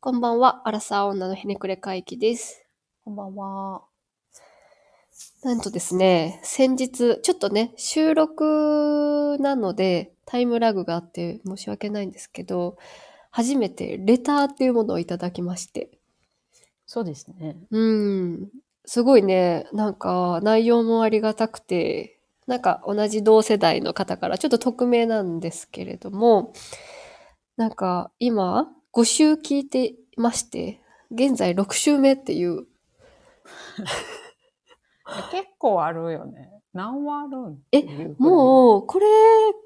こんばんは、アラサー女のひねくれ会議です。こんばんは。なんとですね、先日、ちょっとね、収録なので、タイムラグがあって申し訳ないんですけど、初めてレターっていうものをいただきまして。そうですね。うん。すごいね、なんか内容もありがたくて、なんか同じ同世代の方から、ちょっと匿名なんですけれども、なんか今、5週聞いてまして、現在6週目っていう、結構あるよね。何話あるんえう。もう、これ、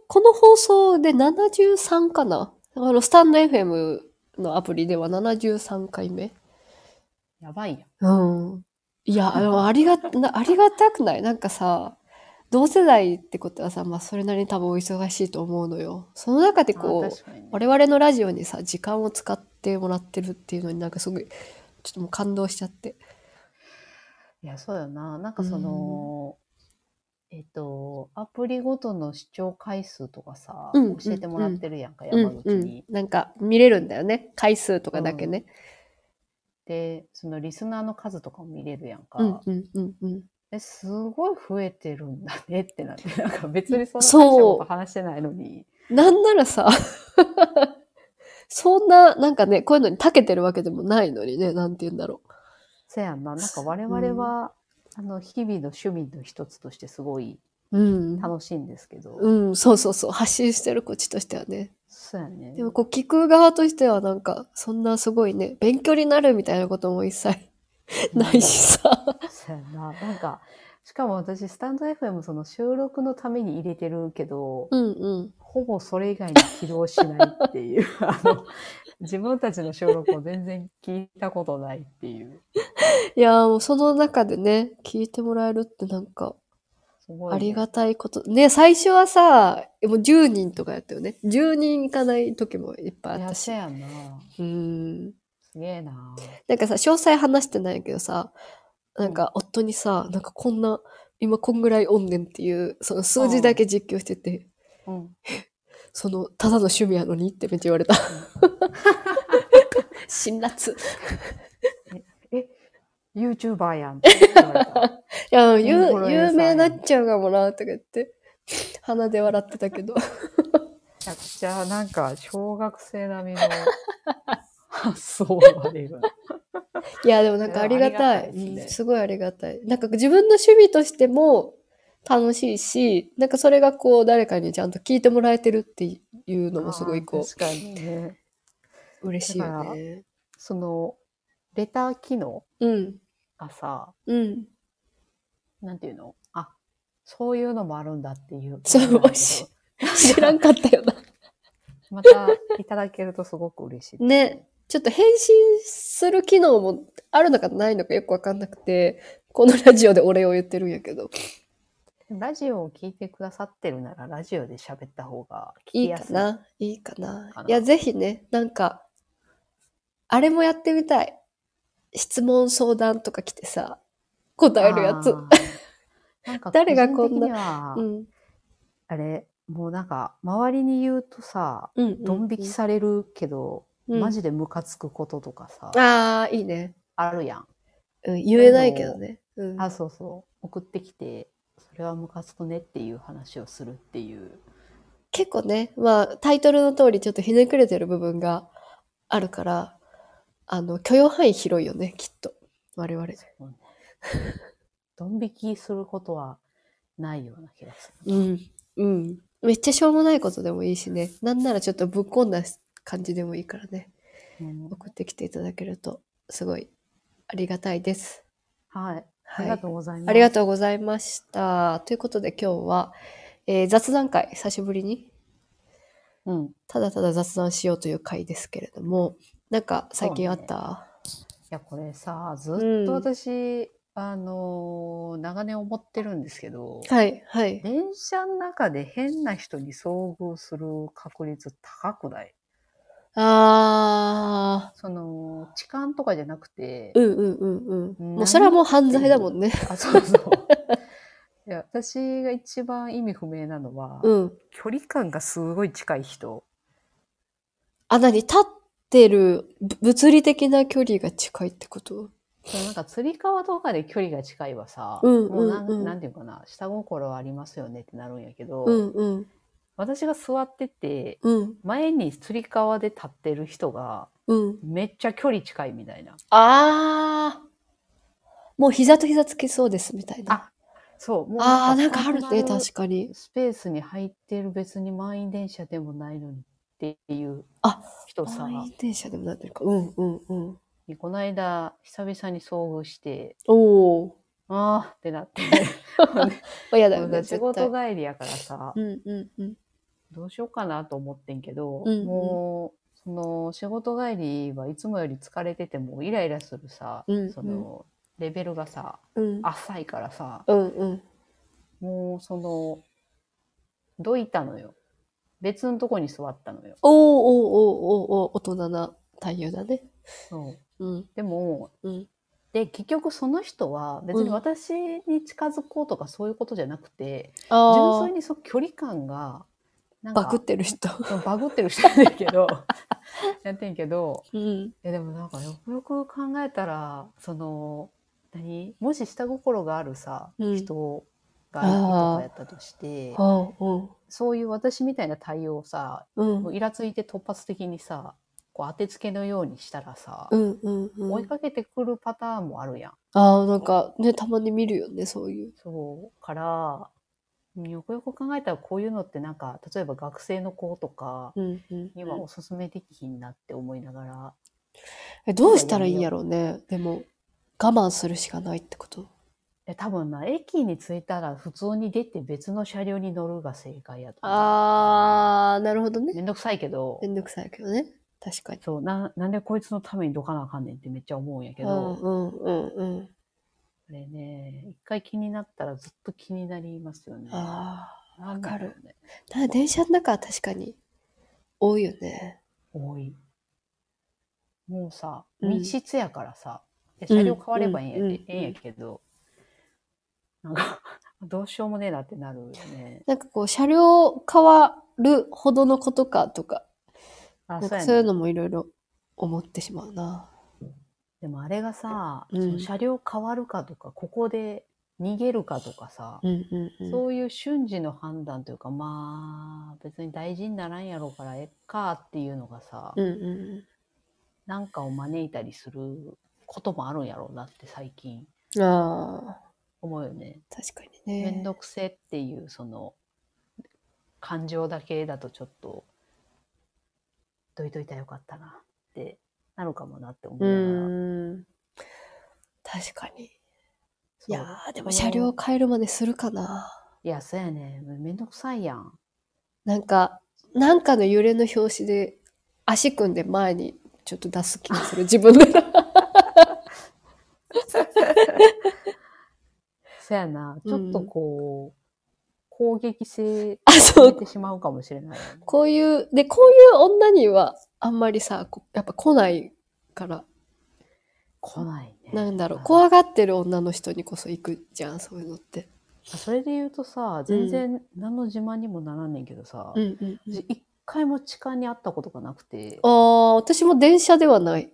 この放送で73かなあの、スタンド FM のアプリでは73回目。やばいやん。うん。いや、あのありが、なありがたくないなんかさ、同世代ってことはさ、まあそれなりに多分お忙しいと思うのよ。その中でこあう、確かにね我々のラジオにさ、時間を使ってもらってるっていうのになんかすごい、ちょっともう感動しちゃって。いや、そうよな。なんかその、えっと、アプリごとの視聴回数とかさ、うん教えてもらってるやんか、う山ん口うに。ん。なんか見れるんだよね。回数とかだけね。で、そのリスナーの数とかも見れるやんか。うんうんうんうん。え、すごい増えてるんだねって なって、なんか別にそんな大したそうこと話してないのに。なんならさ、そんな、なんかね、こういうのに長けてるわけでもないのにね、なんて言うんだろう。せやんな。なんか我々は、あの、日々の趣味の一つとしてすごいうん。楽しいんですけど。うん、そうそうそう。発信してるこっちとしてはね。そうやね。でもこう聞く側としてはなんか、そんなすごいね、勉強になるみたいなことも一切ないしさ。そうやな。なんか、しかも私、スタンド FM その収録のために入れてるけど、うんうん。ほぼそれ以外に起動しないっていう、 あの、自分たちの収録を全然聞いたことないっていう。いやーもうその中でね、聞いてもらえるってなんか、すごい、ありがたいこと。ね、最初はさ、もう10人とかやったよね。10人いかない時もいっぱいあっいや、たそし。やな。うん。すげえな。なんかさ、詳細話してないけどさ、なんか夫にさ、なんかこんな、今こんぐらいおんねんっていう、その数字だけ実況してて、うん。その、ただの趣味やのにってめっちゃ言われた。 辛辣。え、YouTuber やんって言われた。いや、有インフルエンサーや有ん名になっちゃうかもな、とか言って。鼻で笑ってたけ ど。めちゃくちゃ、なんか、小学生 並みの発想までが。いや、でもなんかありがたい。いやありがたいですねうんすごいありがたい。なんか自分の趣味としても楽しいし、なんかそれがこう誰かにちゃんと聞いてもらえてるっていうのもすごいこあー確かにね。う、嬉しいよね。その、レター機能うん。がさ、うん。なんていうのあ、そういうのもあるんだっていう。そうし知らんかったよな。またいただけるとすごく嬉しい。 ね。ちょっと返信する機能もあるのかないのかよくわかんなくて、このラジオでお礼を言ってるんやけど。ラジオを聞いてくださってるなら、ラジオで喋った方が聞いきいやかすい。な。いいかなか。ないや、ぜひね、なんか、あれもやってみたい。質問相談とか来てさ、答えるやつあ。ー。なんか誰が誰がここんんななう、ん。あれ、もうなんか、周りに言うとさ、うんうん。ドン引きされるけど、うんマジでムカつくこととかさ、ああ、いいね。あるやん。うん、言えないけどね。うん。あ、そうそう。送ってきて、それはムカつくねっていう話をするっていう。結構ね、まあ、タイトルの通りちょっとひねくれてる部分があるから、あの、許容範囲広いよね、きっと。我々。そうね ドン引きすることはないような気がする。うん。うん。めっちゃしょうもないことでもいいしね。なんならちょっとぶっこんだ感じでもいいからね。うん送ってきていただけると、すごいありがたいです。はい。あはい。りがとうございます。ありがとうございました。ということで今日は、えー雑談会、久しぶりにう。うん。いただただ雑談しようという回ですけれども、なんか最近あったや、これさ、ずうっんと私、あのー長年思ってるんですけど、はい、はい。電車の中で変な人に遭遇する確率高くないあその、痴漢とかじゃなくて、ー、うんうんうんうん。何もうそれはもう犯罪だもんね。あ、そう そう。いや、私が一番意味不明なのは、うん。距離感がすごい近い人。あ、何立っってる、ぶ物理的な距離が近いってことそうなんかつり革とかで距離が近いはさ、うんもうなんうんうんなんていうかな下心はありますよねってなるんやけど、うんうん。私が座っててうん前につり革で立ってる人がうん。めっちゃ距離近いみたいなああ。もう膝と膝つきそうですみたいな。あそうもうああー、なんかあるパーね、ソナル確かに。スペースに入ってる別に満員電車でもないのにっていうあ人さ満員電車でもなってるか。うんうんうん。にこの間久々に遭遇しておお。あーってなってまあ、 やだよもね、う仕絶事対。帰りやからさうんうんうん。どうしようかなと思ってんけど、うんうんもうその仕事帰りはいつもより疲れててもイライラするさ、うんうんそのレベルがさうん。浅いからさうんうん。もうそのどいたのよ別のとこに座ったのよおーおーおーおーおー大人な対応だね。そううんでもうんで結局その人は別うにん私に近づこうとかそういうことじゃなくて、純あ粋あにその距離感がなんかバグってる人。そうバグってる人やねんけどやってんけどうんいやでもなんかよくよく考えたらその何もし下心があるさ、うん人がいるとかやったとしてあうんそういう私みたいな対応をさうんもうイラついて突発的にさこう当てつけのようにしたらさ、うんうんう追いん。かけてくるパターンもあるやん。ああなんかねたまに見るよねそういう。そうからよくよく考えたらこういうのってなんか例えば学生の子とかうんうんにはおすすめできひんなって思いながらえどうしたらいいんやろうね。でも我慢するしかないってこと。いや多分な駅に着いたら普通に出て別の車両に乗るが正解やと思うああなるほどね。めんどくさいけどめんどくさいけどね。確かに。そうななんでこいつのためにどかなあかんねんってめっちゃ思うんやけうどんうんうんうん。これね一回気になったらずっと気になりますよねああなんだろうねなんか電車の中は確かに多いよね。多いもうさうん密室やからさ、いや車両変わればええんや,、うんうんええんやけどなんかどうしようもねえなってなるよねなんかこう車両変わるほどのことかとかあなんそうかやそういうねのもいろいろ思ってしまうな。でもあれがさ、うんその車両変わるかとかここで逃げるかとかさ、うんうんうん。そういう瞬時の判断というかまあ別に大事にならんやろうからええかっていうのがさ、うんうなんかを招いたりすることもあるんやろうなって最近ん。ああ、思うよね。確かにめね。んどくせっていうその感情だけだとちょっとどいといたらよかったなってなるかもなって思ういながらーん。確かに。そいうやー、でも車両変えるまでするかな。いやそうやねめんどくさいやん。なんか、なんかの揺れの拍子で足組んで前にちょっと出す気が する自分が。 そやな、ちょっとこう、攻撃性あ、そをうてしまうかもしれないよね、こういう、で、こういう女にはあんまりさ、こやっぱ来ないから、来ないね。なんだろう、あ怖がってる女の人にこそ行くじゃん、そういうのって。それで言うとさ、全然何の自慢にもならんねんけどさ、うんうん。私一回も痴漢に会ったことがなくてあ、あ、私も電車ではない。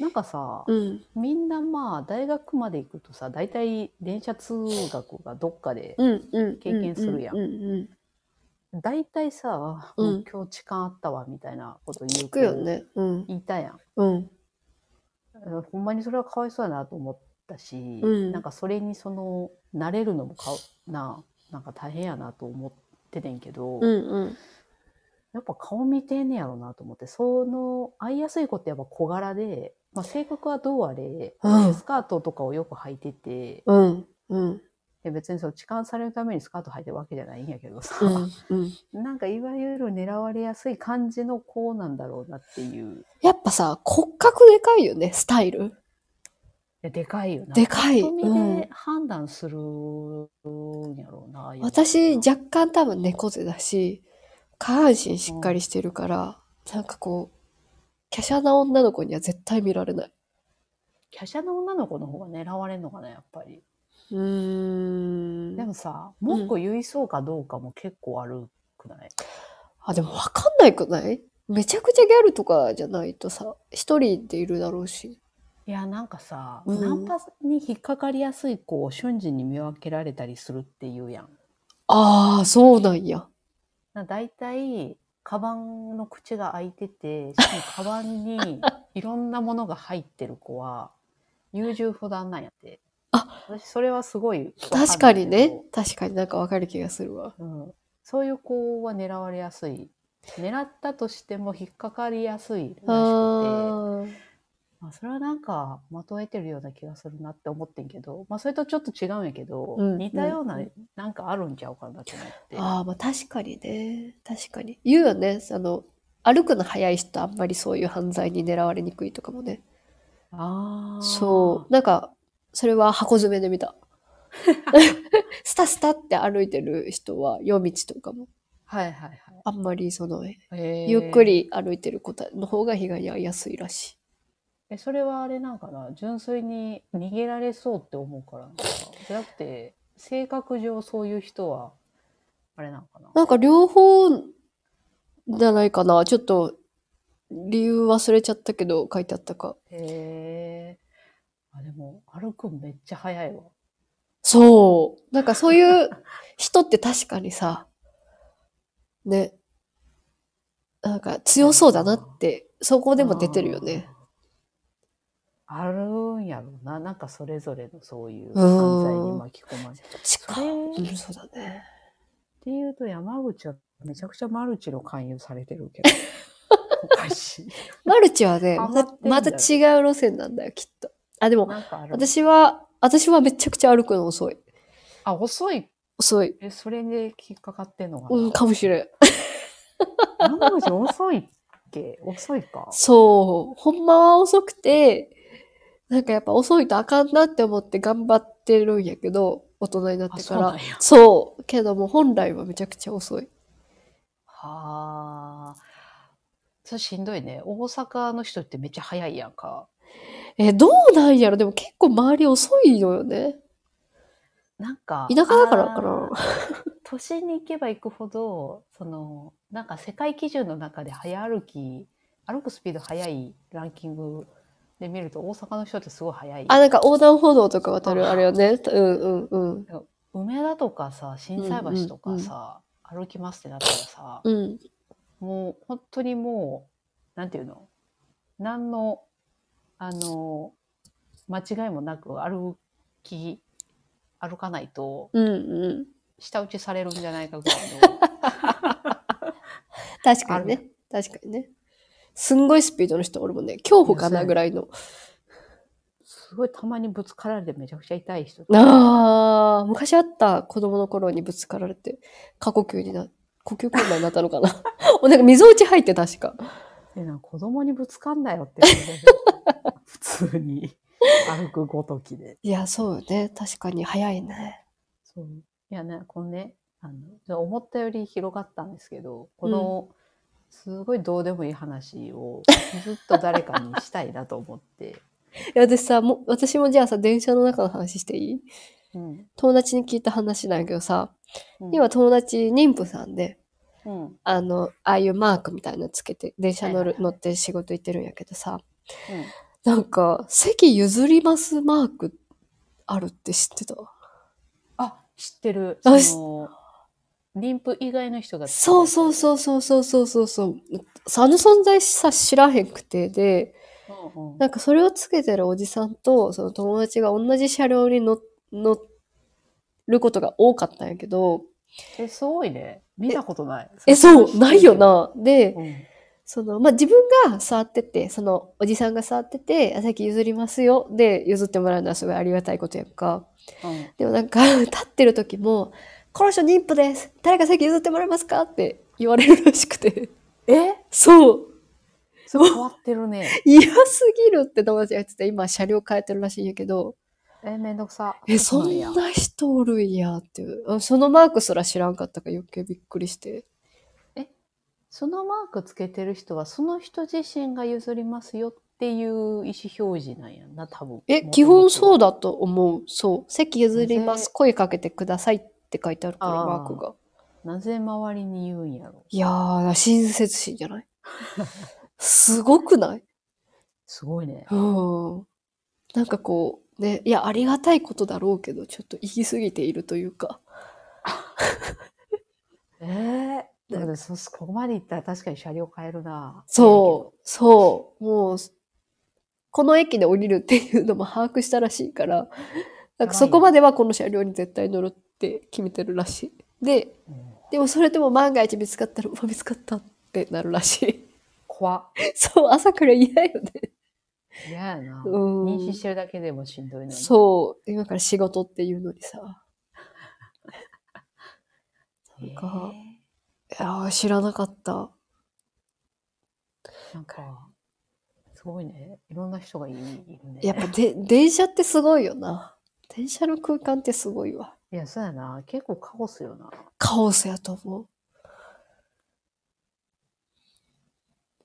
なんかさ、うん。みんなまあ、大学まで行くとさ、大体電車通学がどっかで、うんうん。経験するやんうんうん。大体さ、うんもう今日痴漢あったわ、みたいなこと言う聞くよ。ね。うん。言いたやん。うん。うんほんまにそれはかわいそうやなと思ったし、うんなんかそれにその慣れるのもかななんか大変やなと思っててんけど、うんうん。やっぱ顔見てんねやろなと思ってその会いやすい子ってやっぱ小柄で、まあ、性格はどうあれ、うんスカートとかをよく履いててうん。うん。で別にその痴漢されるためにスカート履いてるわけじゃないんやけどさ、うん。うん。なんかいわゆる狙われやすい感じの子なんだろうなっていう。やっぱさ、骨格でかいよね、スタイル。いやでかいよな。でかい。パッと見うんで、判断するんやろうな。ああいうの私、若干多分猫背だし、下半身しっかりしてるから、なんかこう、華奢な女の子には絶対見られない。華奢な女の子の方が狙われるのかな、やっぱり。うーん。でもさ、文句言いそうかどうかも結構あるくない、あ、でもわかんないくないめちゃくちゃギャルとかじゃないとさ、一人でいるだろうし。いやなんかさ、うんナンパに引っかかりやすい子を瞬時に見分けられたりするっていうやん。ああ、そうなんや。な大体カバンの口が開いててしかもカバン にいろんなものが入ってる子は優柔不断なんやってあ私それはすごいわ確かんないにけどね。確かになんかわかる気がするわ。うん、そういう子は狙われやすい狙ったとしても引っかかりやすいらしくてあーまあ、それはなんかまとえてるような気がするなって思ってんけど、まあ、それとちょっと違うんやけど、うん似たような、うんなんかあるんちゃうかなと思ってあー、まあ確かにね。確かに。言うよね。あの、歩くの早い人あんまりそういう犯罪に狙われにくいとかもね。あーそう。なんか、それは箱詰めで見 た。スタスタって歩いてる人は夜道とかも、はいはいはいあんまりその、えーゆっくり歩いてる子たの方が被害に遭いやすいらし。えそれはあれなんかな純粋に逃げられそうって思うからなんかじゃなくて性格上そういう人はあれなのかないなんか両方じゃないかな。ちょっと理由忘れちゃったけど書いてあったか。へえあでも歩くんめっちゃ早いわそう。なんかそう いう人って確かにさ、ね。なんか強そうだなって、そこでも出てるよね。あーあるんやろうななんかそれぞれのそういうう犯ん罪に巻き込まれて近そいれうん、そうだね。っていうと山口はめちゃくちゃマルチの勧誘されてる けどおかしいマルチはね、ハまマったてんだまた違う路線なんだよ、きっと。あ、でも、なんかある私は、私はめちゃくちゃ歩くの遅い。あ遅い遅い。えそれで引っかかってんのかな、うん、かもしれん。山口遅いっけ遅いか。そう。ほんまは遅くて、なんかやっぱ遅いとあかんなって思って頑張ってるんやけど、大人になってから。あそうなんやそう。けどもう本来はめちゃくちゃ遅い。はあ。それしんどいね。大阪の人ってめっちゃ早いやんか。え、どうなんやろでも結構周り遅いのよね。なんか。田舎だからかなあー。都心に行けば行くほど、その、なんか世界基準の中で早歩き、歩くスピード早いランキングで見ると大阪の人ってすごい早い。あ、なんか横断歩道とか渡るああれよね。うんうんうん。梅田とかさ、心斎橋とかさ、歩きますってなったらさ、うん。もう本当にもう、なんていうの何の、あの、間違いもなく歩き、歩かないと、うんうん。舌打ちされるんじゃないかぐらいの。確かにあね。確かにね。すんごいスピードの人おるもんね。恐怖かなぐらいの。すごいたまにぶつかられてめちゃくちゃ痛い人とか。ああ、昔あった子供の頃にぶつかられて、過呼吸にな、呼吸困難になったのかな。 おなんか溝落ち入って確か。でなんか子供にぶつかんなよって言われる普通 に歩くごときで。いや、そうよね。確かに早いね。そう。いやね、このね、あの、じゃあ思ったより広がったんですけど、この、すごいどうでもいい話をずっと誰かにしたいなと思って。いや、私さ、も、私もじゃあさ、電車の中の話していいうん。友達に聞いた話なんやけどさ、うん今友達妊婦さんで、うん。あの、ああいうマークみたいなのつけて、電車乗はいはるいは、い乗って仕事行ってるんやけどさ、うんなんか、席譲りますマークあるって知ってたあ、知ってる。あしその、妊婦以外の人が。そうそうそうそうそうそうそうそう。あの存在さ知らへんくてで、うんうん。なんかそれをつけてるおじさんとその友達が同じ車両に乗乗ることが多かったんやけど、え、すごいね。見たことない。え、そう、ないよ。な。でう、ん。その、まあ、自分が座ってて、そのおじさんが座ってて、あ、さっき譲りますよ。で、譲ってもらうのはすごいありがたいことやんか。うんでもなんか、 立ってる時も、この人妊婦です誰か席譲ってもらえますかって言われるらしくて。 えそう。すごい変わってる ね。嫌すぎるって友達が言ってて、今車両変えてるらしいんやけど、え、めんどくさ。え、そうんやな人おるんやっていう。あそのマークすら知らんかったから余計びっくりして。そのマークつけてる人は、その人自身が譲りますよっていう意思表示なんやんな、多分。え、基本そうう。だと思う。そう。席譲りまなすぜ。声かけてくださいって書いてあるから、あーマークが。なぜ周りに言うんやろいやー、親切心じゃないすごくないすごいね。うん。なんかこう、ね、いや、ありがたいことだろうけど、ちょっと行き過ぎているというか。ええだけど、そ、そこまで行ったら確かに車両変えるな。そう、そう、もう、この駅で降りるっていうのも把握したらしいから、なんかそこまではこの車両に絶対乗るって決めてるらしい。で、う。うんでもそれでも万が一見つかったら、うわ、見つかったってなるらしい。怖っ。そう、朝から嫌よね。嫌やな。うん妊娠してるだけでもしんどいのに。そう、今から仕事っていうのにさ。なんかええいやー、知らなかった。なんか、すごいね。いろんな人がいいいるね。やっぱで、 電車ってすごいよな。電車の空間ってすごいわ。いや、そうやな。結構カオスよな。カオスやと思う。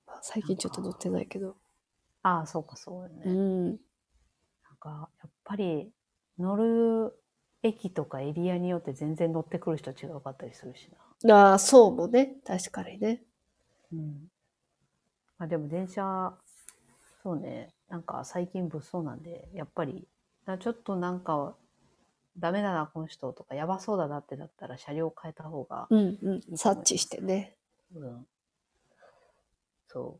まあ最近ちょっと乗ってないけど。ああ、そうか、そうよね。うん。なんか、やっぱり、乗る駅とかエリアによって全然乗ってくる人違うかったりするしな。ああ、そうもね。確かにね。うん。まあでも電車、そうね、なんか最近物騒なんで、やっぱり、なちょっとなんか、ダメだな、この人とか、やばそうだなってだったら車両変えた方が、うんうん。察知してね。うん。そう。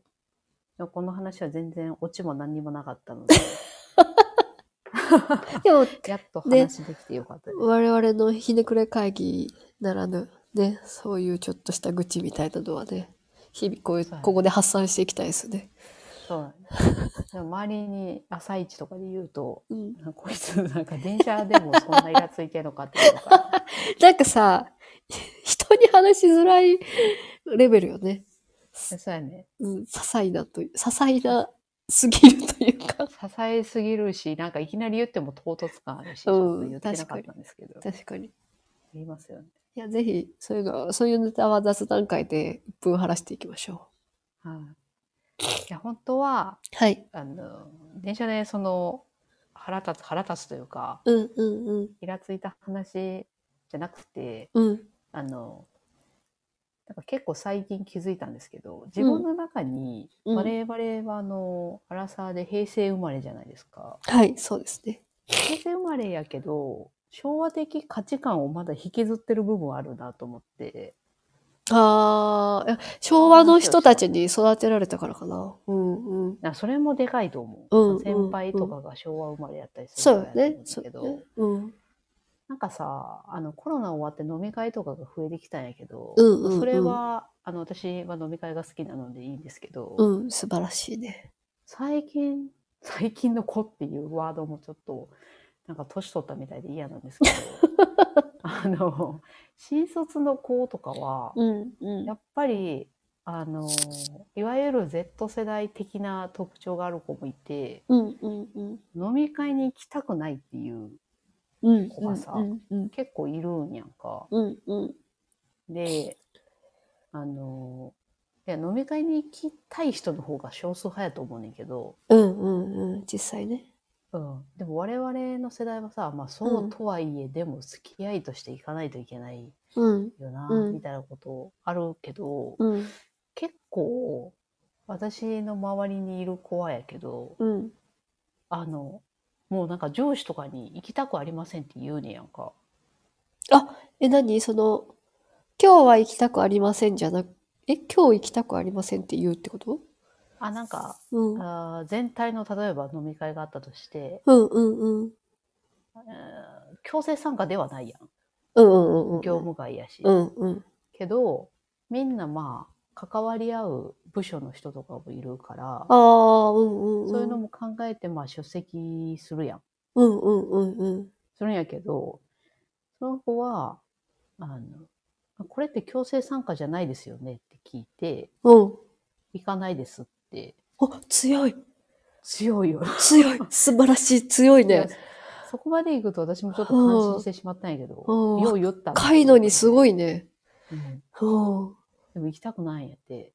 でもこの話は全然オチも何にもなかったので、でも、やっとね話できてよかったです。我々のひねくれ会議ならぬ、ね、そういうちょっとした愚痴みたいなのはね、日々こういう、そうやねここで発散していきたいですね。そうなんです。でも周りに朝一とかで言うと、うん。なんかこいつなんか電車でもそんなイラついてるのかっていう のか。なんかさ、 人に話しづらいレベルよね。でそうやね。うん、些細なという、些細なすぎるというか。 支えすぎるし、なんかいきなり言っても唐突感あるし、ちうんょっと言ってなかったんですけど、確かに。い言いますよね。や、ぜひ、そういうの、そういうネタは雑談会で1分話していきましょはい。いや、本当は、う。はい。あの、電車でその、腹立つ、腹立つというか、うんうんうん。イラついた話じゃなくて、うん。あの、なんか結構最近気づいたんですけど、自分の中に、うん我々はあの、アラサーで平成生まれじゃないですか。はい、そうですね。平成生まれやけど、昭和的価値観をまだ引きずってる部分あるなと思って、ああ、昭和の人たちに育てられたからかな。うんうん。なそれもでかいと思う。うん先輩とかが昭和生まれやったりすそるうかよらやねと思ん。そだうけよど、ね。うん。なんかさ、あのコロナ終わって飲み会とかが増えてきたんやけど、うんうんうんそれは、あの私は飲み会が好きなのでいいんですけど、うん、素晴らしいね。最近、 最近の子っていうワードもちょっと、なんか年取ったみたいで嫌なんですけど、 あの、新卒の子とかは、うんうんや。っぱり、あの、いわゆる Z 世代的な特徴がある子もいて、うんうんうん。飲み会に行きたくないっていううん子がさうんうん結構いるんやんか。うんうんで、あの、いや飲み会に行きたい人の方が少数派やと思うねんけど、うんうんうん実際ねうん、でも我々の世代はさ、まあそうとはいえ、でも付き合いとして行かないといけないうんよな、うんみたいなことあるけど、うん結構私の周りにいる子はやけど、うんあの、もうなんか上司とかに行きたくありませんって言うねんやんか。え何その今日は行きたくありませんじゃなくえ今日行きたくありませんって言うってことあ、なんか、うんうんあー全体の例えば飲み会があったとして、うんうんえー強制参加ではないやん。うんうんうんうん業務外やし。うんうんけど、みんなまあ、関わり合う部署の人とかもいるから、ああうんうんうんそういうのも考えて、まあ、出席するやん。うんうんうんうんするんやけど、その子は、あの、これって強制参加じゃないですよねって聞いて、うん行かないですって、あ強い強いよ。 強い素晴らしい強いいやねそこまで行くと私もちょっと感心してしまったんやけど、うんよう言ったなかいのにすごい、いねうんうんでも行きたくないんやって。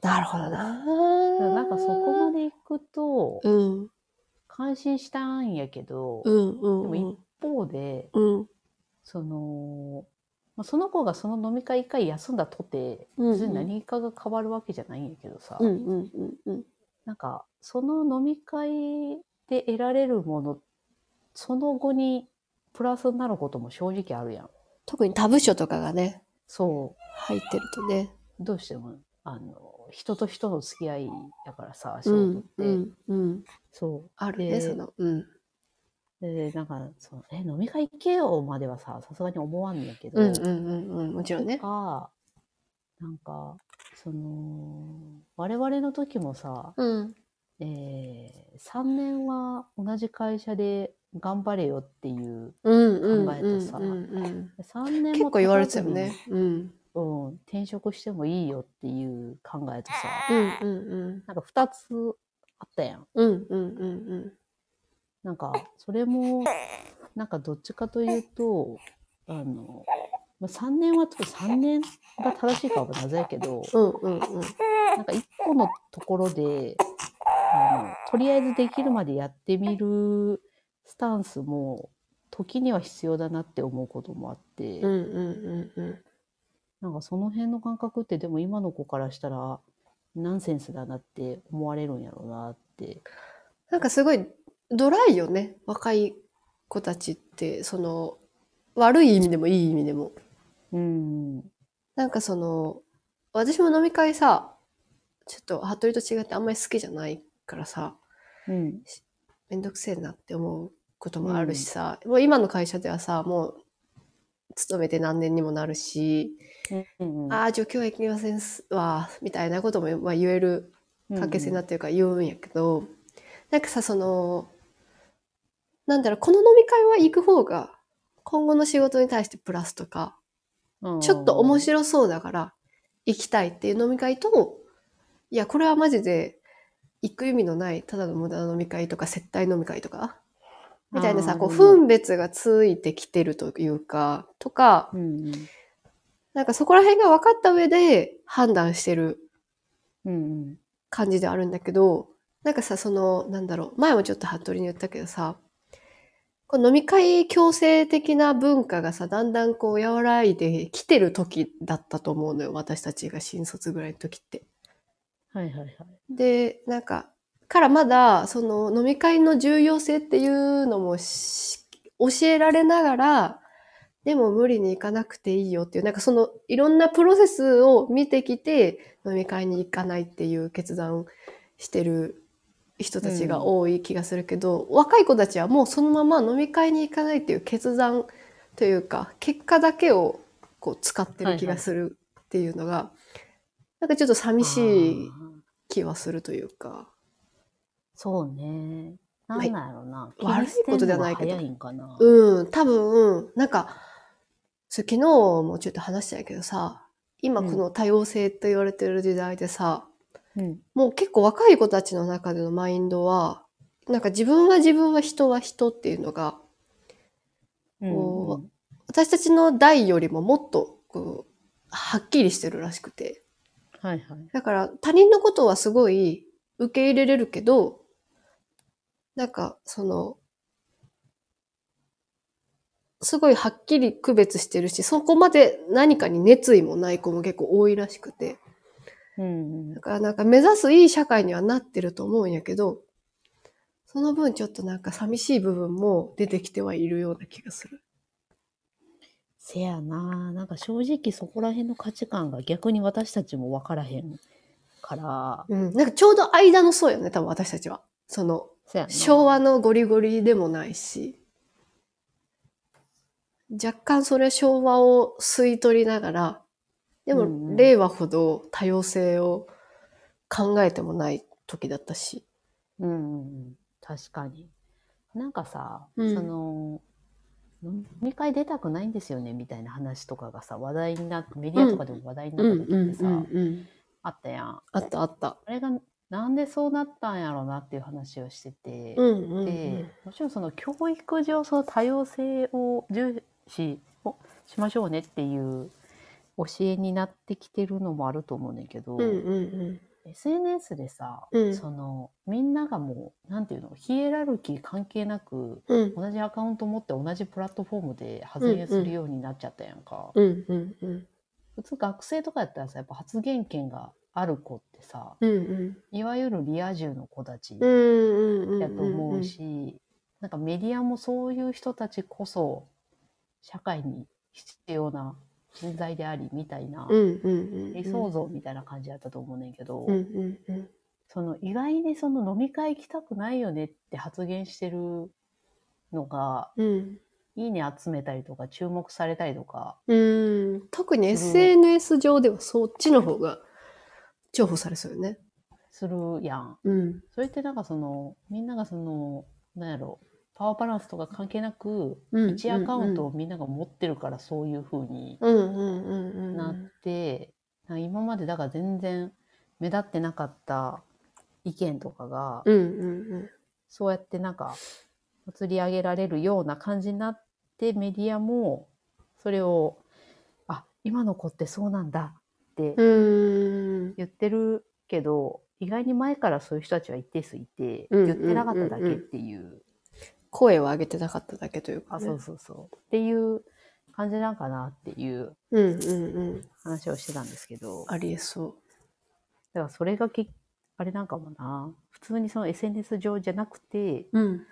なるほどなだからなんかそこまでで行くと、うん感心したんやけど、うんうんでも一方で、うんその、まあ、その子がその飲み会一回休んだとて、うんうん別に何かが変わるわけじゃないんやけどさ、うんうんうんうん。なんか、その飲み会で得られるもの、その後にプラスになることも正直あるやん。特に他部署とかがね、そ入ってるとね。う、どうしても、あの、人と人の付き合いだからさ、仕う事っんて。うんうん。そう。あるね、でその。うん。で、なんか、その、え、飲み会行けよまではさ、さすがに思わんねんけど、うんうんうんうん。もちろんね。が、なんか、その、我々の時もさ、うん。え3年は同じ会社で頑張れよっていう、うんうん考えてさうんうんうん3年も結構言われてたよね。うん。経たずに。うん、転職してもいいよっていう考えとさ、うんうんなんか2つあったやん。うん。うんうんうんなんか、それも、なんかどっちかというと、あの、まあ、3年は、3年が正しいかはなぜやけど、うん。うんうんうん。なんか一個のところで、あの、とりあえずできるまでやってみるスタンスも、時には必要だなって思うこともあって、うんうんうんうん。なんかその辺の感覚ってでも今の子からしたら、ナンセンスだなって思われるんやろうなって。なんかすごいドライよね。若い子たちって、その、悪い意味でもいい意味でも。うん。なんかその、私も飲み会さ、ちょっと服部と違ってあんまり好きじゃないからさ、うん。めんどくせえなって思うこともあるしさ、もう今の会社ではさ、もう、勤めて何年にもなるし、うん。ああ、助教駅にはせんすわ、みたいなことも、まあ、言える関係性になってるから言うんやけど、なんかさそのなんだろうこの飲み会は行く方が今後の仕事に対してプラスとかうん、ちょっと面い。白そうだから行きたいっていう飲み会といやこれはマジで行く意味のないただの無駄な飲み会とか接待飲み会とかみたいなさこう分別がついてきてるというかとかうんうん。なんかそこら辺が分かった上で判断してるうんうん。感じではあるんだけど、なんかさ、その、なんだろう、前もちょっと服部に言ったけどさ、こう飲み会強制的な文化がさ、だんだんこう和らいで来てる時だったと思うのよ、私たちが新卒ぐらいの時って。はいはいはい。で、なんか、からまだ、その飲み会の重要性っていうのもし教えられながら、でも無理に行かなくていいよっていう、なんかそのいろんなプロセスを見てきて、飲み会に行かないっていう決断してる人たちが多い気がするけど、若い子たちはもうそのまま飲み会に行かないっていう決断というか、結果だけをこう使ってる気がするっていうのが、なんかちょっと寂しいあー気はするというか。そうね。なんなんやろな。まあ気にして悪いこんのがとじゃないけど早いんかな。うん、多分、なんか、そう昨日もちょっと話したけどさ、今うんこの多様性と言われてる時代でさ、うん。もう結構若い子たちの中でのマインドは、なんか自分は自分は人は人っていうのが、うんこ私たちの代よりももっと、こう、はっきりしてるらしくて。はいはい。だから他人のことはすごい受け入れれるけど、なんかその、すごいはっきり区別してるし、そこまで何かに熱意もない子も結構多いらしくて。うんうんだ。からなんか目指すいい社会にはなってると思うんやけど、その分ちょっとなんか寂しい部分も出てきてはいるような気がする。せやな。なんか正直そこら辺の価値観が逆に私たちも分からへんから。うん。なんかちょうど間のそうよね、多分私たちは。その、せやな。昭和のゴリゴリでもないし、若干それ昭和を吸い取りながら、でうんうもん令和ほど多様性を考えてもない時だったし。うんうんうん。確かに。なんかさ、うんその、飲み会出たくないんですよねみたいな話とかがさ、話題になって、メディアとかでも話題になった時ってさ、ん。あったやん。あったあった。あれがなんでそうなったんやろうなっていう話をしてて、うんうん、でもちろんその教育上その多様性を重視をしましょうねっていう教えになってきてるのもあると思うねんだけど、うんうんうん。 SNS でさ、うんそのみんながもうなんていうのヒエラルキー関係なくうん。同じアカウント持って同じプラットフォームで発言するようになっちゃったやんか、うんうんうん。普通学生とかやったらさやっぱ発言権がある子ってさうんうん。いわゆるリア充の子たちうんうん。やと思う。し、なんかメディアもそういう人たちこそ社会に必要な人材でありみたいなうんうんうん。理想像みたいな感じだったと思うねんけど、うんうんうん。その意外にその飲み会行きたくないよねって発言してるのがうん。いいね集めたりとか注目されたりとかうん。特にうん SNS 上ではそっちの方が重宝されそうよね。するやん。うん。それってなんかそのみんながそのなんやろパワーバランスとか関係なくうん1アカウントをみんなが持ってるからそういう風にうんうんうんうん。なって、なんか今までだから全然目立ってなかった意見とかが、うんうんそうやってなんか釣り上げられるような感じになってメディアもそれをあ今の子ってそうなんだってうん。うん。言ってるけど、意外に前からそういう人たちは一定数いて、うん言ってなかっただけっていう,、声を上げてなかっただけというか、あね。そうそうそうっていう感じなんかなっていううんうんうん。話をしてたんですけど。ありえそだからそれがけあれなんかもな普通にその SNS 上じゃなくてう。うん。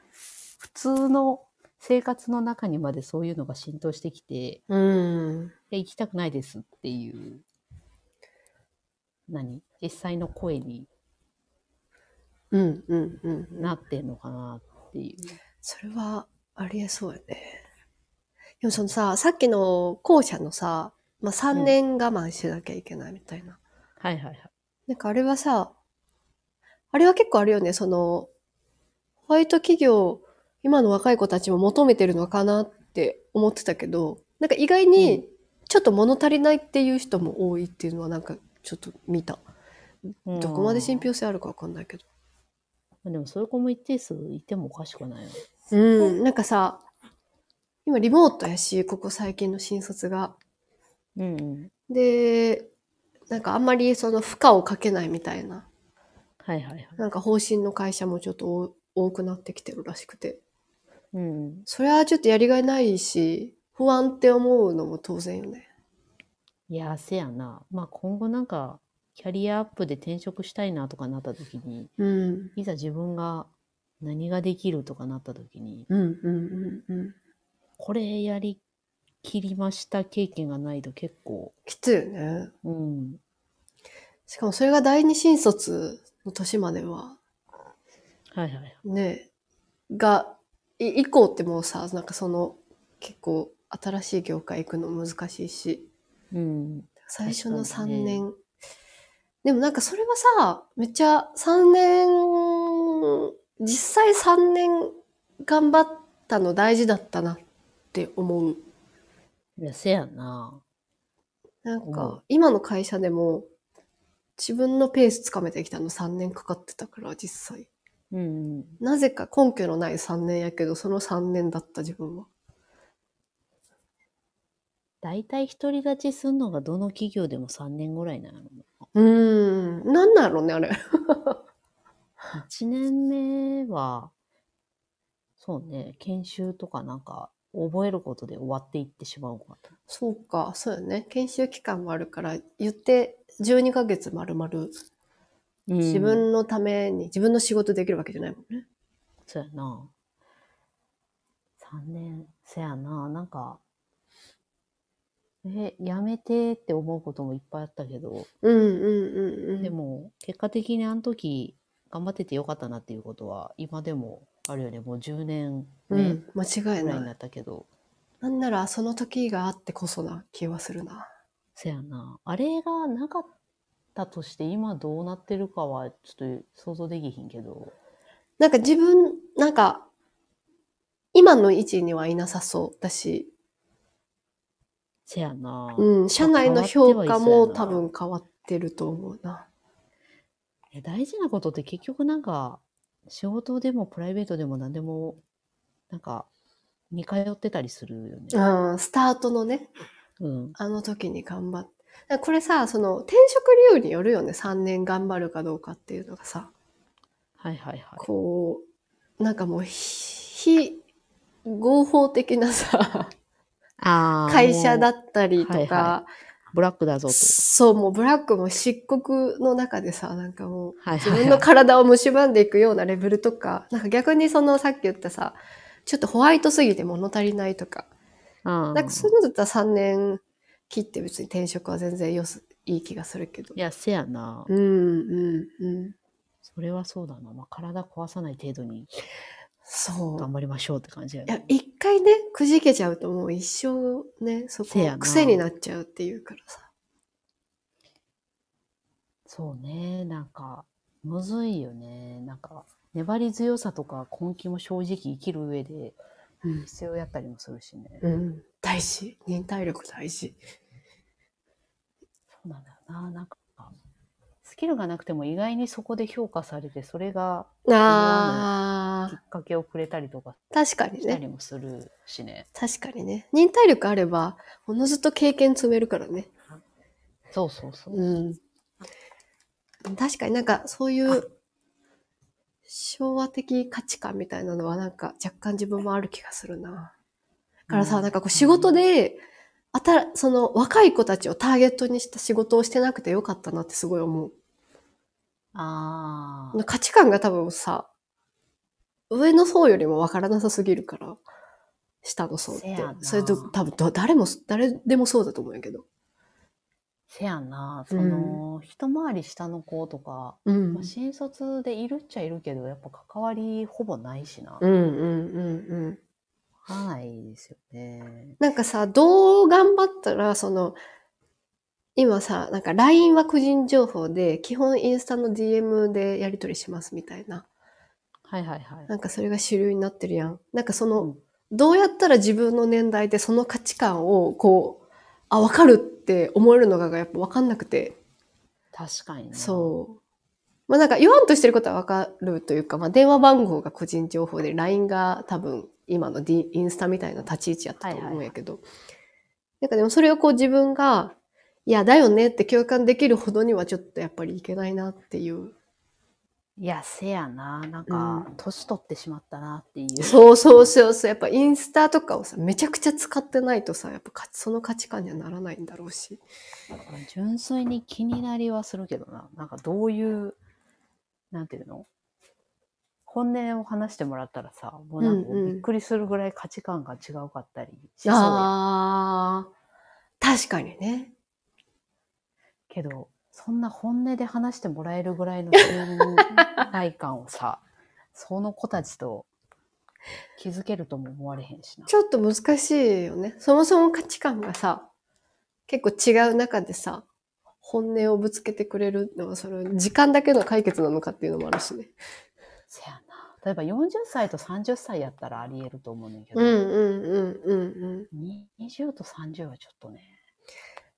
普通の生活の中にまでそういうのが浸透してきてうん。え行きたくないですっていう何実際の声にうんうんうん。なってんのかなっていう。それはありえそうやね。でもそのさ、さっきの校舎のさ、まあ、3年我慢しなきゃいけないみたいな。はいはいはい。なんかあれはさ、あれは結構あるよね、その、ホワイト企業、今の若い子たちも求めてるのかなって思ってたけど、なんか意外うにちょっと物足りないっていう人も多いっていうのはなんかちょっと見た。どこまで信憑性あるかわかんないけど。うんでもそういう子も一定数いてもおかしくないよね。うん、なんかさ、今リモートやし、ここ最近の新卒が。うんうん。で、なんかあんまりその負荷をかけないみたいな、はいはいはい。なんか方針の会社もちょっと多多くなってきてるらしくて。うんうん。それはちょっとやりがいないし、不安って思うのも当然よね。いや、せやな。まあ今後なんかキャリアアップで転職したいなとかなった時に、うん。いざ自分が何ができるとかなった時に、うんうんうんうん。これやりきりました経験がないと結構、きついよね。うん、しかもそれが第二新卒の年までは、はいはいはい。ね、が、い以降ってもうさ、なんかその、結構新しい業界行くの難しいし、うん、最初の確か3にね年。でもなんかそれはさ、めっちゃ3年、実際3年頑張ったの大事だったなって思う。いや、せやな。なん思うか、今の会社でも、自分のペースつかめてきたの3年かかってたから、実際。うんうん、なぜか根拠のない3年やけど、その3年だった自分は。大体独り立ちすんのがどの企業でも3年ぐらいなの。うーん。なんなんやろうね、あれ。 1年目は、そうね、研修とかなんか、覚えることで終わっていってしまうかと。そうか、そうよね。研修期間もあるから、言って12ヶ月丸々、自うん、分のために、自分の仕事できるわけじゃないもんね。そうやな。3年、せやな、なんか、え、やめてって思うこともいっぱいあったけど、うんうんうんうん。で、も、結果的にあの時、頑張っててよかったなっていうことは、今でもあるよね。もう10年う目ぐん、間違いらいにな。ないったけど、なんなら、その時があってこそな気はするな。せやな。あれがなかったとして、今どうなってるかは、ちょっと想像できひんけど、なんか自分、なんか、今の位置にはいなさそうだし、せやな。うん、社内の評価変わもっては多いそうやな分変わってると思うな。え大事なことって結局なんか仕事でもプライベートでも何でもなんか似通ってたりするよね。うん、スタートのね、うん、あの時に頑張って。だからこれさ、その転職理由によるよね、3年頑張るかどうかっていうのがさ、はいはいはい。こう、なんかもう非、非合法的なさ、あー会社だもうったりはといはか、ブラックだぞと。そう、もうブラックも漆黒の中でさ、なんかもう、はい自はい、はい。分の体を蝕んでいくようなレベルとか、なんか逆にそのさっき言ったさ、ちょっとホワイトすぎて物足りないとか、うんなんかそういうのだったら3年切って別に転職は全然よす、いい気がするけどい。や、せやな。うん、うん、うん。それはそうだな。まあ、体壊さない程度にそう。頑張りましょうって感じやいやね、。一回ね、くじけちゃうともう一生ね、そせやこな癖になっちゃうっていうからさ。そうね。なんか、むずいよね。なんか、粘り強さとか根気も正直生きる上でうん。必要やったりもするしね。うん。大事。忍耐力大事。そうなんだよな。なんか、スキルがなくても意外にそこで評価されて、それがあきあ、っかけをくれたりとか確かにしたね。りもするしね。確かにね。忍耐力あれば、おのずと経験積めるからね。そうそうそう。うん。確かになんかそういう昭和的価値観みたいなのはなんか若干自分もある気がするな。だからさ、なんかこう仕事で、あた、その若い子たちをターゲットにした仕事をしてなくてよかったなってすごい思あう。あ。価値観が多分さ、上の層よりもわからなさすぎるから、下の層っせてやな。それと多分ど誰も、誰でもそうだと思うんやけど。せやんな。その、一回り下の子とか、うんまあ、新卒でいるっちゃいるけど、やっぱ関わりほぼないしな。うわんうんうんうん。からないですよね。なんかさ、どう頑張ったら、その、今さ、なんか LINE は個人情報で、基本インスタの DM でやり取りしますみたいな。はいはいはい。なんかそれが主流になってるやん。なんかそうのん、どうやったら自分の年代でその価値観を、こう、あ、わかるって思えるのかがやっぱわかんなくて。確かにな。そう。まあなんか言わんとしてることはわかるというか、まあ電話番号が個人情報で、LINE が多分今の D インスタみたいな立ち位置やったと思うんやけど。なんかでもそれをこう自分が、いやだよねって共感できるほどにはちょっとやっぱりいけないなっていう。いや、せやな。なんうか、年取ってしまったなっていう。そうそうそうそう。やっぱインスタとかをさ、めちゃくちゃ使ってないとさ、やっぱかその価値観にはならないんだろうし。純粋に気になりはするけどな。なんかどういう、なんていうの本音を話してもらったらさ、もうなんかうんうんびっくりするぐらい価値観が違うかったりしそうやんああ、確かにね。けど、そんな本音で話してもらえるぐらいの信 頼感をさ、その子たちと気づけるとも思われへんしな。ちょっと難しいよね。そもそも価値観がさ、結構違う中でさ、本音をぶつけてくれるのは、その時間だけの解決なのかっていうのもあるしね。せやな。例えば40歳と30歳やったらありえると思うねんけど、うんうんうんうんうん。に20と30はちょっとね、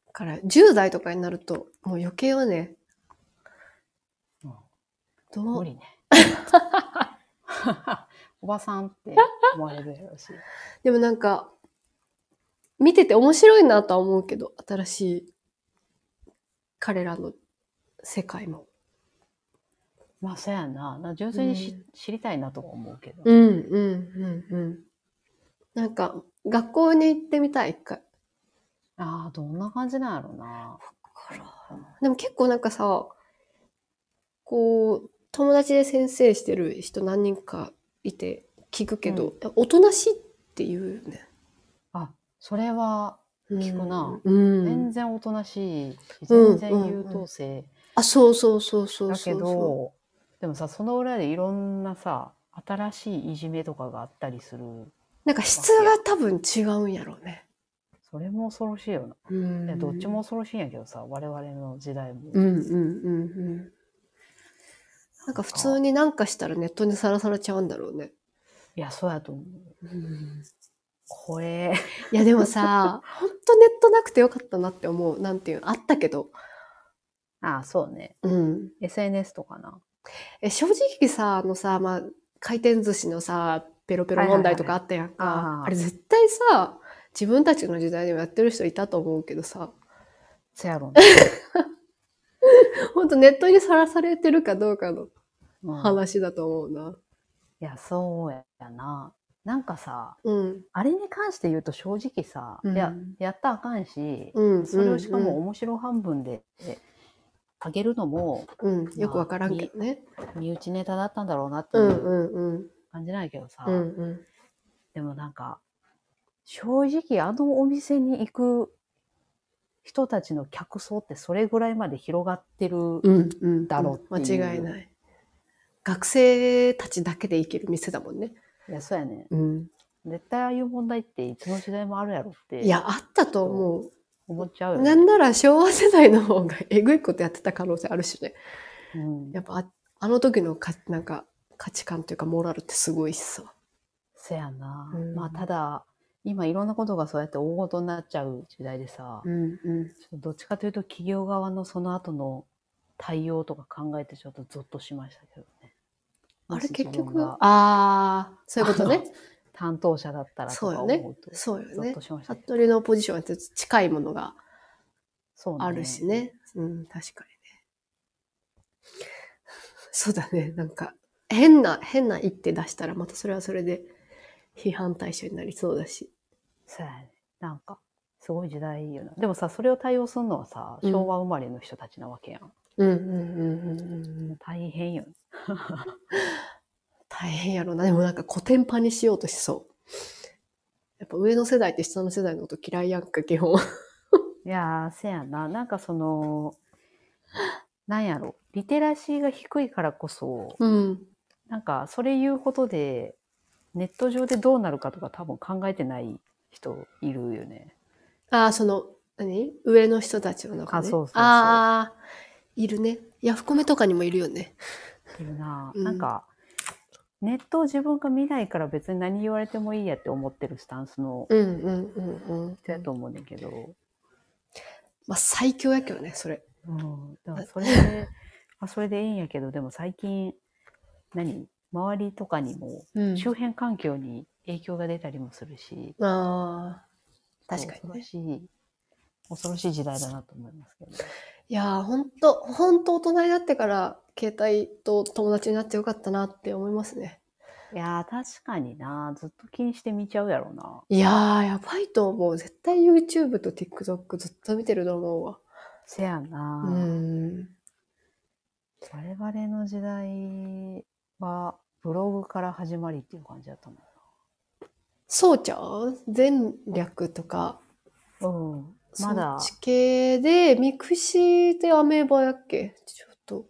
だから、10代とかになると、もう余計はね、うんど無う理ね。 おばさんって思われるやろし。でもなんか、見てて面白いなとは思うけど、新しい彼らの世界も。まあ、そうやな。な純粋にし、うん知りたいなとは思うけど。うんうんうんうん。なんか、学校に行ってみたい、一回。ああ、どんな感じなんやろうな。でも結構なんかさ、こう、友達で先生してる人何人かいて聞くけど、おとなしいって言うよね。あ、それは聞くなうん。全然おとなしい、うん全然優等生あ、そうそうそうそうだけそうど、そでもさ、その裏でいろんなさ、新しいいじめとかがあったりする。う。なんか質が多分違うんやろうね。それも恐ろしいよな。うんいやどっちも。恐ろしいんやけどさ、我々の時代も。うんうんうんうん。なんか普通になんかしたらネットにさらされちゃうんだろうね。いや、そうやと思う。怖え。いやでもさ、 ほんとネットなくてよかったなって思う。なんていうのあったけど。ああ、そうね。うん。 SNS とかな。え、正直さ、あのさ、まあ、回転寿司のさ、ペロペロはいはいはい問題とかあったやんか。あーあれ絶対さ、自分たちの時代でもやってる人いたと思うけどさ、せやろな。ほんとネットにさらされてるかどうかの うん、い話だと思うな。や、そうやな。なんかさ、うん。あれに関して言うと正直さ、うんいや、やったらあかんし、うん。それをしかも面白半分で、えあげるのもうん、うん、よくわからんけどね。身内ネタだったんだろうなってういんううんうん。感じないけどさ、うんうん。でもなんか、正直あのお店に行く人たちの客層ってそれぐらいまで広がってる。うんうん。だろうっていう間違いない。学生たちだけで行ける店だもんね。いや、そうやね。うん。絶対ああいう問題っていつの時代もあるやろっていや、あったと思う。思っちゃうよなね。んなら昭和世代の方がえぐいことやってた可能性あるしね。うんや、っぱああの時のかなんか価値観というかモラルってすごいしさ。せやな。うんまあ、ただ、今いろんなことがそうやって大ごとになっちゃう時代でさ、んうん。ちょっとどっちかというと企業側のその後の対応とか考えてちょっとゾッとしましたけどね。あれ結もし自分局がは、ああ、 そういうことね。担当者だったらと そうかよ思ねうと。そうよゾッねと。しましたけど。服部のポジションはちょっと近いものがそうねあるしね。。うん、確かにね。 そうだね。なんか、変な、変な一手出したら、またそれはそれで批判対象になりそうだし。そうやね。なんか、すごい時代よな。でもさ、それを対応するのはさ、うん昭和生まれの人たちなわけやん。うんうんうんうんうん。大変よね。大変やろな。でもなんか古典派にしようとしそう。やっぱ上の世代って下の世代のこと嫌いやんか、基本。いやー、せやな。なんかその、なんやろ。リテラシーが低いからこそ、うん。なんか、それ言うことで、ネット上でどうなるかとか多分考えてない人いるよね。ああ、その、何上の人たちの中あで、そね。うそうそうああ、いるね。ヤフコメとかにもいるよね。いるな。うんなんか、ネットを自分が見ないから別に何言われてもいいやって思ってるスタンスのうんうんうんうん。人やと思うねんだけど、まあ最強やけどね、それ。うん、だからそれで、あそれでいいんやけど、でも最近、何周りとかにも、うん周辺環境に影響が出たりもするし、ああ、確かに恐ろね。しい、恐ろしい時代だなと思いますけど。いやー、ほんと、ほんと大人になってから、携帯と友達になってよかったなって思いますね。いやー、確かにな、ずっと気にして見ちゃうやろうな。いやー、やばいと思う。絶対 YouTube と TikTok ずっと見てると思うわ。せやな、うん。我々の時代は、ブログから始まりっていう感じだったもんそうちゃう全略とか。な。うん。まだ、そっち系で、ミクシーでアメーバやっけちょっと。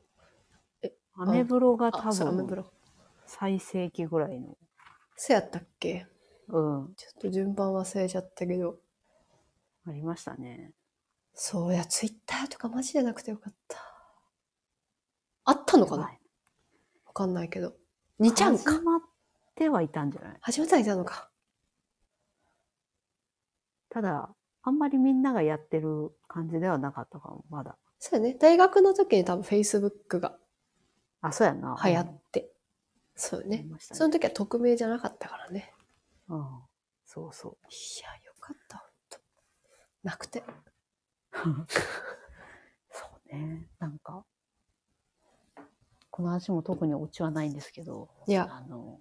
アメブロが多あ、そう、アメブ分、ロ。最盛期ぐらいの。そうやったっけうん。ちょっと順番忘れちゃったけど。ありましたね。そういや、ツイッターとかマジでなくてよかった。あったのかなはわいかんないけど。2ちゃんか始。まってはいたんじゃない始めたらいたのか。ただ、あんまりみんながやってる感じではなかったかも、まだ。そうやね。大学の時に多分 Facebook があ、そうやんな。流行って。そうようんあねり。ましたね。その時は匿名じゃなかったからね。うん。そうそいや、よかった、ほんと。なくて。う。そうね。なんか、この話も特にオチはないんですけど、いや、あの、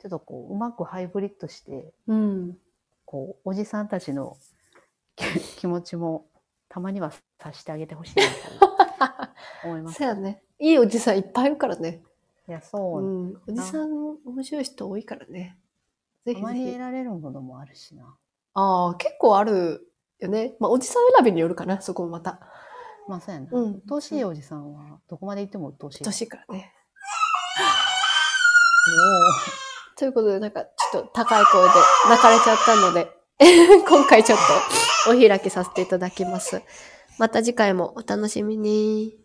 ちょっとこう、うまくハイブリッドして、うん。こう、おじさんたちの気気持ちも、たまには察してあげてほしいな と思います。そうやね。いいおじさんいっぱいいるからね。いや、そううねん。おじさん、面白い人多いからね。ぜたひまぜにひ得。られるものもあるしな。ああ、結構あるよね。まあ、おじさん選びによるかな、そこもまた。まあそうやな。うんうっとうしいおじさんは、どこまで行ってもうっとうしい。年からね。おということで、なんか、ちょっと高い声で泣かれちゃったので、 今回ちょっとお開きさせていただきます。また次回もお楽しみに。